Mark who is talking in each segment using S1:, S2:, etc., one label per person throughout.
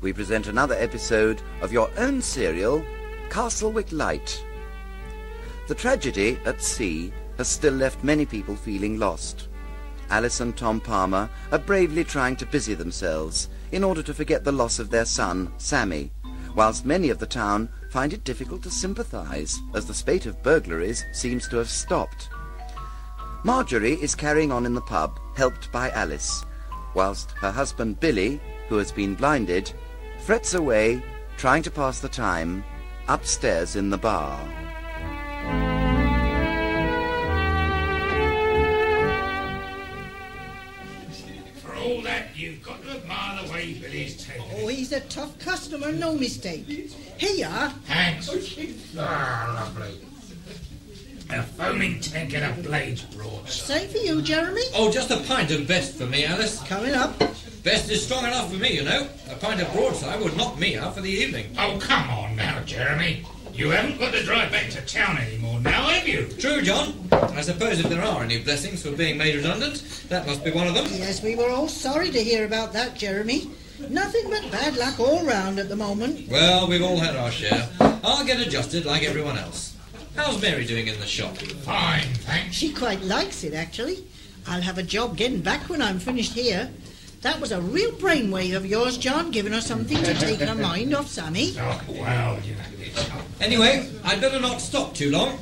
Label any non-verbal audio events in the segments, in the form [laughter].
S1: we present another episode of your own serial, Castlewick Light. The tragedy at sea has still left many people feeling lost. Alice and Tom Palmer are bravely trying to busy themselves in order to forget the loss of their son, Sammy, whilst many of the town find it difficult to sympathize as the spate of burglaries seems to have stopped. Marjorie is carrying on in the pub, helped by Alice, whilst her husband Billy, who has been blinded, frets away, trying to pass the time, upstairs in the bar.
S2: For all that, you've got to admire the way Billy's taken.
S3: Oh, he's a tough customer, no mistake. Here you are.
S2: Thanks. Ah, lovely. A foaming tank and a blade's broadside.
S3: Same for you, Jeremy.
S4: Oh, just a pint of best for me, Alice.
S3: Coming up.
S4: Best is strong enough for me, you know. A pint of broadside would knock me out for the evening.
S2: Oh, come on now, Jeremy. You haven't got to drive back to town anymore now, have you?
S4: True, John. I suppose if there are any blessings for being made redundant, that must be one of them.
S3: Yes, we were all sorry to hear about that, Jeremy. Nothing but bad luck all round at the moment.
S4: Well, we've all had our share. I'll get adjusted like everyone else. How's Mary doing in the shop?
S2: Fine, thanks.
S3: She quite likes it, actually. I'll have a job getting back when I'm finished here. That was a real brainwave of yours, John, giving her something to take her mind off, Sammy.
S2: Oh, well, you know, it's not.
S4: Anyway, I'd better not stop too long.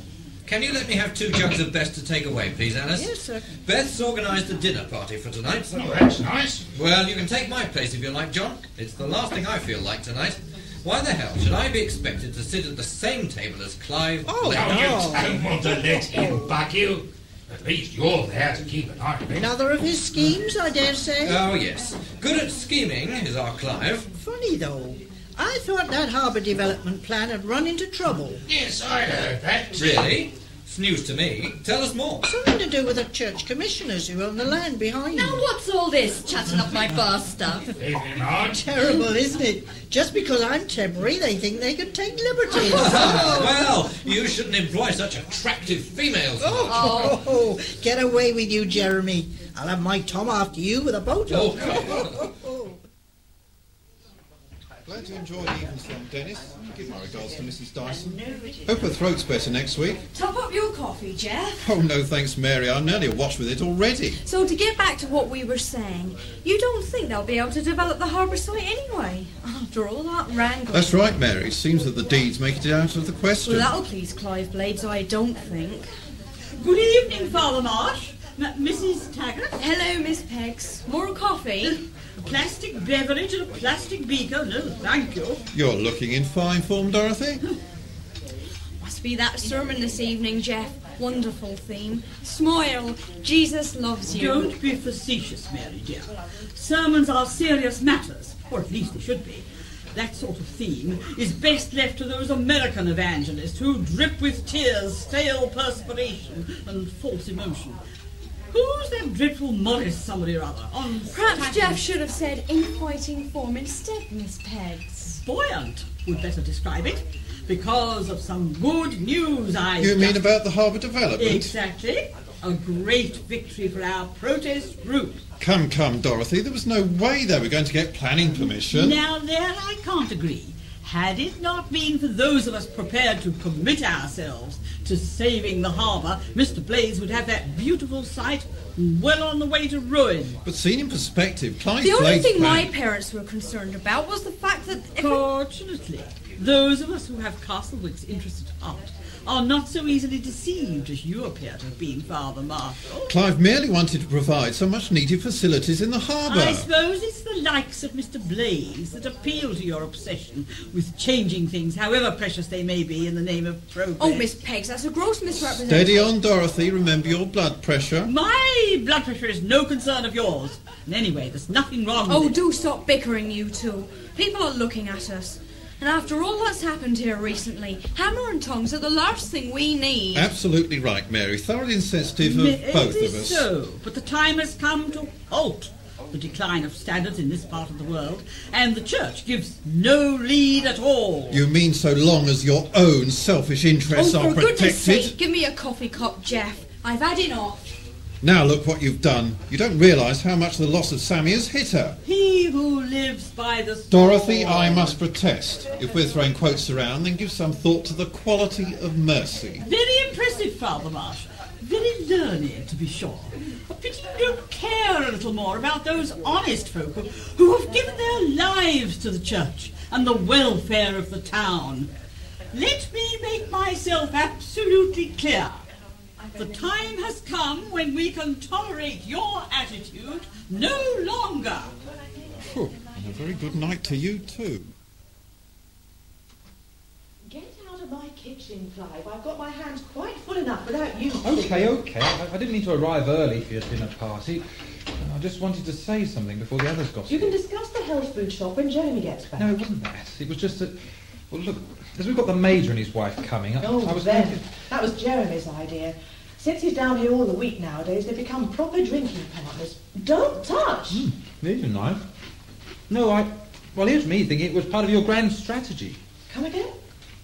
S4: Can you let me have two jugs of best to take away, please, Alice?
S3: Yes, sir.
S4: Beth's organised a dinner party for tonight.
S2: Oh, that's nice.
S4: Well, you can take my place if you like, John. It's the last thing I feel like tonight. Why the hell should I be expected to sit at the same table as Clive?
S3: Oh,
S4: Blake?
S2: Oh,
S3: No.
S2: you don't want to let him bug you. At least you're there to keep an eye on him.
S3: Another of his schemes, I dare say.
S4: Oh, yes. Good at scheming is our Clive.
S3: Funny, though. I thought that harbour development plan had run into trouble.
S2: Yes, I heard that.
S4: Really? It's news to me. Tell us more.
S3: Something to do with the church commissioners who own the land behind
S5: Now,
S3: you.
S5: what's all this chatting up my bar stuff?
S2: Leave him out.
S3: Terrible, isn't it? Just because I'm temporary, they think they can
S6: [laughs]
S3: take liberties. oh,
S4: [laughs] Well, you shouldn't employ such attractive females.
S5: Oh.
S3: oh, get away with you, Jeremy. I'll have my Tom after you with a boat hook.
S4: Oh.
S7: Glad you enjoyed the evening song, Dennis. Give my regards to Mrs. Dyson. Hope her throat's better next week.
S8: Top up your coffee, Jeff.
S7: Oh, no thanks, Mary. I'm nearly awash with it already.
S8: So to get back to what we were saying, you don't think they'll be able to develop the harbour site anyway? After all that wrangling.
S7: That's right, Mary. Seems that the deeds make it out of the
S8: Well,
S7: question.
S8: that'll please Clive Blades, I don't think.
S9: Good evening, Father Marsh. M- Mrs. Taggart.
S8: Hello, Miss Peggs. More coffee?
S9: Plastic beverage and a plastic beaker. No, thank you.
S7: You're looking in fine form, Dorothy.
S8: Must be that sermon this evening, Jeff. Wonderful theme. Smile. Jesus loves you.
S9: Don't be facetious, Mary dear. Sermons are serious matters, or at least they should be. That sort of theme is best left to those American evangelists who drip with tears, stale perspiration, and false emotion. Who's that dreadful Morris somebody or other? On
S8: Perhaps
S9: Saturday?
S8: Jeff should have said in fighting form instead, Miss Peggs.
S9: Buoyant would better describe it, because of some good news I
S7: You mean
S9: just-
S7: about the harbour development?
S9: Exactly. A great victory for our protest group.
S7: Come, come, Dorothy. There was no way they were going to get planning permission.
S9: Now, there I can't agree. Had it not been for those of us prepared to commit ourselves to saving the harbour, Mr. Blaze would have that beautiful site well on the way to ruin.
S7: But seen in perspective, Clive
S8: The only
S7: Blake's
S8: thing my
S7: plan-
S8: parents were concerned about was the fact that if we
S9: Fortunately, those of us who have Castlewick's interest at heart are not so easily deceived as you appear to have been, Father Marshall.
S7: Clive merely wanted to provide so much needed facilities in the
S9: I
S7: harbour.
S9: suppose it's the likes of Mr. Blaze that appeal to your obsession with changing things, however precious they may be, in the name of progress.
S8: Oh, Miss Peggs, that's a gross misrepresentation.
S7: Steady on, Dorothy. Remember your blood pressure.
S9: My blood pressure is no concern of yours. And anyway, there's nothing wrong
S8: Oh,
S9: with it.
S8: do stop bickering, you two. People are looking at us. And after all that's happened here recently, hammer and tongs are the last thing we need.
S7: Absolutely right, Mary. Thoroughly insensitive of
S9: It
S7: both
S9: is
S7: of us.
S9: so, but the time has come to halt the decline of standards in this part of the world, and the church gives no lead at all.
S7: You mean so long as your own selfish interests
S8: oh,
S7: are
S8: for goodness sake,
S7: protected?
S8: give me a coffee cup, Jeff. I've had enough.
S7: Now look what you've done. You don't realise how much the loss of Sammy has hit her.
S9: He he who lives by the sword.
S7: Dorothy, I must protest. If we're throwing quotes around, then give some thought to the quality of mercy.
S9: Very impressive, Father Marsh. Very learned, to be sure. A pity you don't care a little more about those honest folk who- who have given their lives to the church and the welfare of the town. Let me make myself absolutely clear. The time has come when we can tolerate your attitude no longer.
S7: Phew, and a very good night to you too.
S10: Get out of my kitchen, Clive. I've got my hands quite full enough without you.
S11: Okay, okay. I, I didn't mean to arrive early for your dinner party. I just wanted to say something before the others
S10: You
S11: gossip.
S10: can discuss the health food shop when Jeremy gets back.
S11: No, it wasn't that. It was just that. Well, look, as we've got the major and his wife coming, I,
S10: Oh,
S11: I was
S10: then.
S11: thinking-
S10: That was Jeremy's idea. Since he's down here all the week nowadays, they've become proper drinking partners. Don't touch!
S6: Hmm?
S11: hmm, Need a knife? No, I. Well, here's me thinking it was part of your grand strategy.
S10: Come again?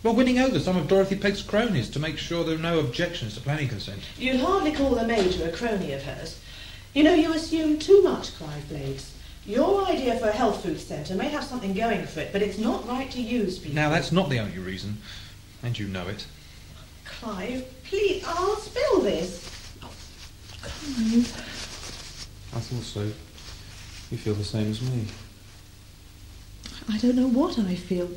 S11: Well, winning over some of Dorothy Pegg's cronies to make sure there are no objections to planning consent.
S10: You'd hardly call the Major a crony of hers. You know, you assume too much, Clive Blades. Your idea for a health food centre may have something going for it, but it's not right to use people.
S11: Now, that's not the only reason, and you know it.
S10: Clive, please, I'll spill this.
S11: I thought so. You feel the same as me.
S6: I don't know what I feel,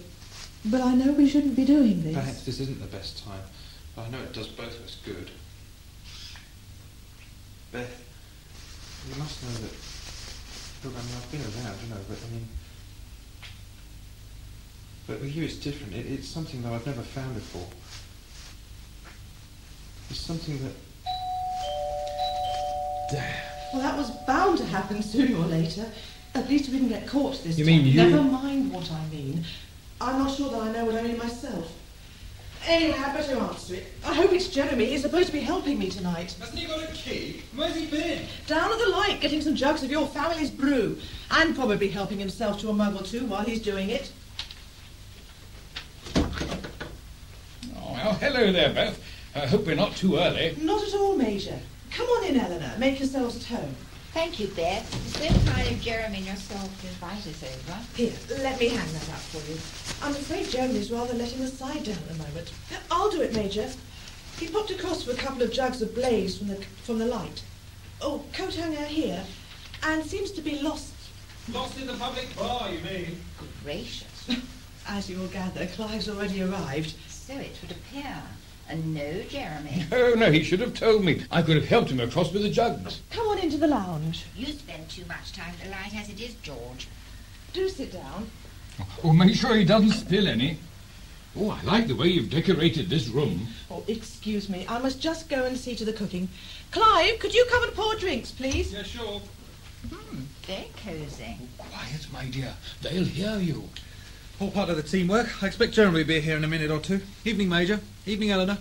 S6: but I know we shouldn't be doing this.
S11: Perhaps this isn't the best time, but I know it does both of us good. Beth, you must know that. Look, I mean, I've been around, you know, but I mean. But with you, it's different. It, it's something that I've never found before. It's something that.
S10: Well, that was bound to happen sooner or later. At least we didn't get caught this
S11: You
S10: time.
S11: mean you-
S10: Never mind what I mean. I'm not sure that I know what I mean myself. Anyway, I'd better answer it. I hope it's Jeremy. He's supposed to be helping me tonight.
S11: Hasn't he got a key? Where's he been?
S10: Down at the light, getting some jugs of your family's brew. And probably helping himself to a mug or two while he's doing it.
S2: Oh, well, hello there, Beth. I hope we're not too early.
S10: Not at all, Major. Come on in, Eleanor. Make yourselves at home.
S12: Thank you, Beth. It's so kind of Jeremy and yourself to invite us over.
S10: Here, let me hang that up for you. I'm afraid Jeremy's rather letting the side down at the moment. I'll do it, Major. He popped across for a couple of jugs of blaze from the from the light. Oh, coat hanger here, and seems to be lost.
S11: Lost in the public bar, you mean?
S12: Gracious.
S10: Oh, [laughs] As you will gather, Clive's already arrived.
S12: So it would appear. And no, Jeremy.
S2: Oh, no, he should have told me. I could have helped him across with the jugs.
S10: Come on into the lounge.
S12: You spend too much time at the light as it is, George.
S10: Do sit down.
S2: Well, Oh, make sure he doesn't spill any. Oh, I like the way you've decorated this room.
S10: Oh, excuse me. I must just go and see to the cooking. Clive, could you come and pour drinks, please?
S11: Yeah, sure.
S12: Very cozy.
S2: Quiet, my dear. They'll hear you.
S11: All part of the teamwork. I expect Jeremy will be here in a minute or two. Evening, Major. Evening, Eleanor.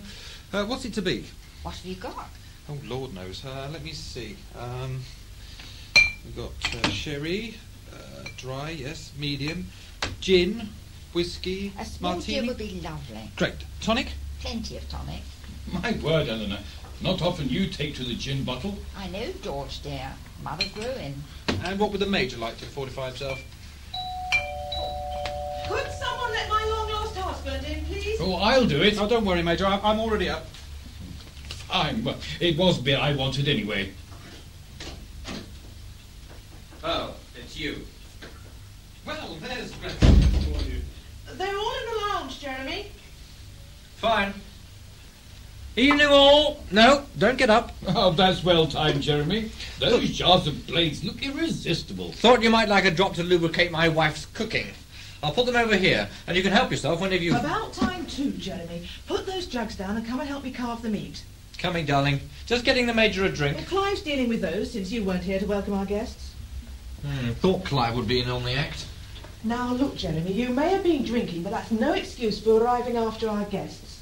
S11: Uh, what's it to be?
S12: What have you got?
S11: Oh, Lord knows. Uh, let me see. Um, we've got uh, sherry, uh, dry, yes, medium, gin, whiskey,
S12: A small gin
S11: martini.
S12: would be lovely.
S11: Great. Tonic?
S12: Plenty of tonic.
S2: My word, Eleanor. Not often you take to the gin bottle.
S12: I know, George, dear. Mother grew in.
S11: And what would the Major like to fortify himself?
S10: Could someone let my long-lost husband in, please?
S2: Oh, I'll do it.
S11: Oh, don't worry, Major. I'm, I'm already up.
S2: I'm. It was beer I wanted anyway.
S4: Oh, it's you.
S11: Well, there's gratitude for you.
S10: They're all in the lounge, Jeremy.
S4: Fine.
S2: Evening all. No, don't
S4: [laughs]
S2: get up. Oh, that's well timed, Jeremy. Those jars of blades look irresistible.
S4: Thought you might like a drop to lubricate my wife's cooking. I'll put them over here, and you can help yourself whenever you.
S10: About time too, Jeremy. Put those jugs down and come and help me carve the meat.
S4: Coming, darling. Just getting the Major a drink.
S10: Well, Clive's dealing with those since you weren't here to welcome our guests.
S4: Hmm, thought Clive would be in on the act.
S10: Now look, Jeremy, you may have been drinking, but that's no excuse for arriving after our guests.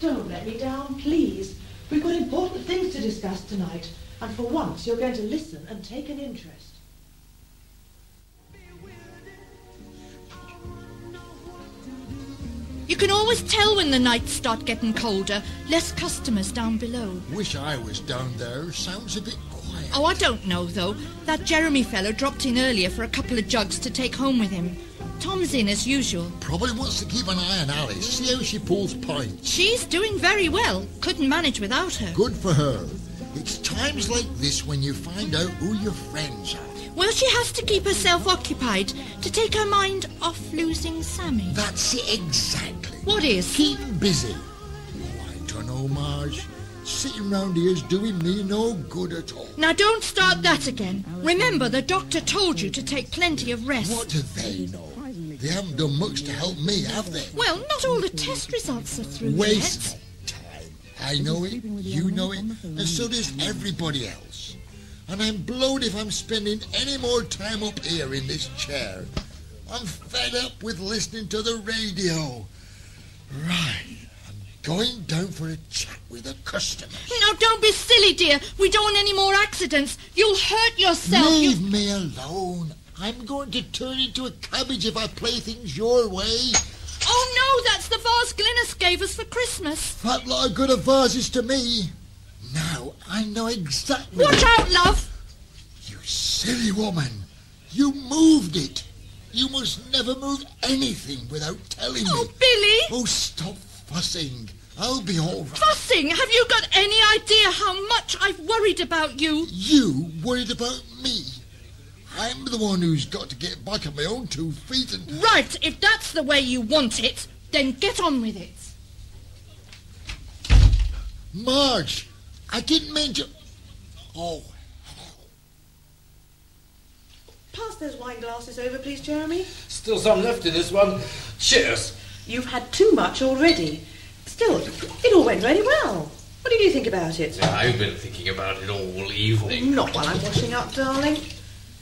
S10: Don't let me down, please. We've got important things to discuss tonight, and for once you're going to listen and take an interest.
S8: You can always tell when the nights start getting colder. Less customers down below.
S13: Wish I was down there. Sounds a bit quiet.
S5: Oh, I don't know, though. That Jeremy fellow dropped in earlier for a couple of jugs to take home with him. Tom's in as usual.
S13: Probably wants to keep an eye on Alice, see how she pulls pints.
S5: She's doing very well. Couldn't manage without her.
S13: Good for her. It's times like this when you find out who your friends are.
S5: Well, she has to keep herself occupied to take her mind off losing Sammy.
S13: That's it exactly.
S5: What is?
S13: Keep busy. Quite an homage. Sitting round here's doing me no good at all.
S5: Now, don't start that again. Remember, the doctor told you to take plenty of rest.
S13: What do they know? They haven't done much to help me, have they?
S5: Well, not all the test results are through yet.
S13: Waste of time. I know it, you know it, and so does everybody else. And I'm blowed if I'm spending any more time up here in this chair. I'm fed up with listening to the radio. Right, I'm going down for a chat with a customer.
S5: Now, don't be silly, dear. We don't want any more accidents. You'll hurt yourself. You-
S13: Leave me alone. I'm going to turn into a cabbage if I play things your way.
S5: Oh, no, that's the vase Glynis gave us for Christmas.
S13: That lot of good of vases to me. Now I know exactly.
S5: Watch out, love.
S13: You silly woman. You moved it. You must never move anything without telling me. Oh,
S5: Billy!
S13: Oh, stop fussing. I'll be all right.
S5: Fussing, have you got any idea how much I've worried about you?
S13: You worried about me? I'm the one who's got to get back on my own two feet and...
S5: Right, if that's the way you want it, then get on with it.
S13: Marge, I didn't mean to... Oh,
S10: Pass those wine glasses over, please, Jeremy.
S4: Still some left in this one. Cheers.
S10: You've had too much already. Still, it all went very well. What did you think about it?
S4: I've been thinking about it all evening.
S10: Not while I'm washing up, darling.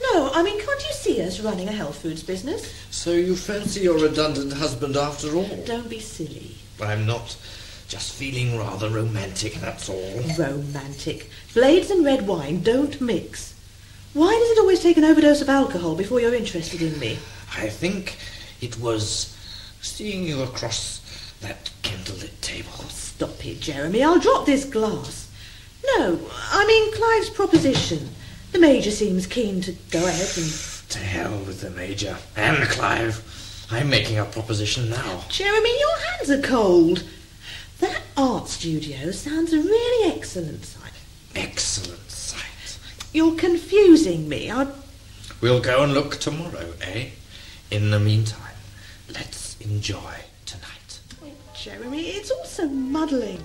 S10: No, I mean, can't you see us running a health foods business?
S4: So you fancy your redundant husband after all?
S10: Don't be silly.
S4: I'm not. Just feeling rather romantic, that's all.
S10: Romantic. Blades and red wine don't mix. Why does it always take an overdose of alcohol before you're interested in me?
S4: I think it was seeing you across that candlelit table.
S10: Stop it, Jeremy. I'll drop this glass. No, I mean Clive's proposition. The Major seems keen to go ahead and...
S4: To hell with the Major and Clive. I'm making a proposition now.
S10: Jeremy, your hands are cold. That art studio sounds a really excellent site.
S4: Excellent sight.
S10: You're confusing me. I...
S4: We'll go and look tomorrow, eh? In the meantime, let's enjoy tonight.
S10: Jeremy, it's all so muddling.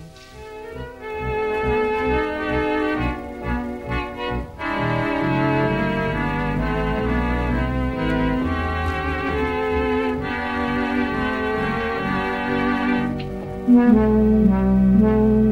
S14: Mm-hmm.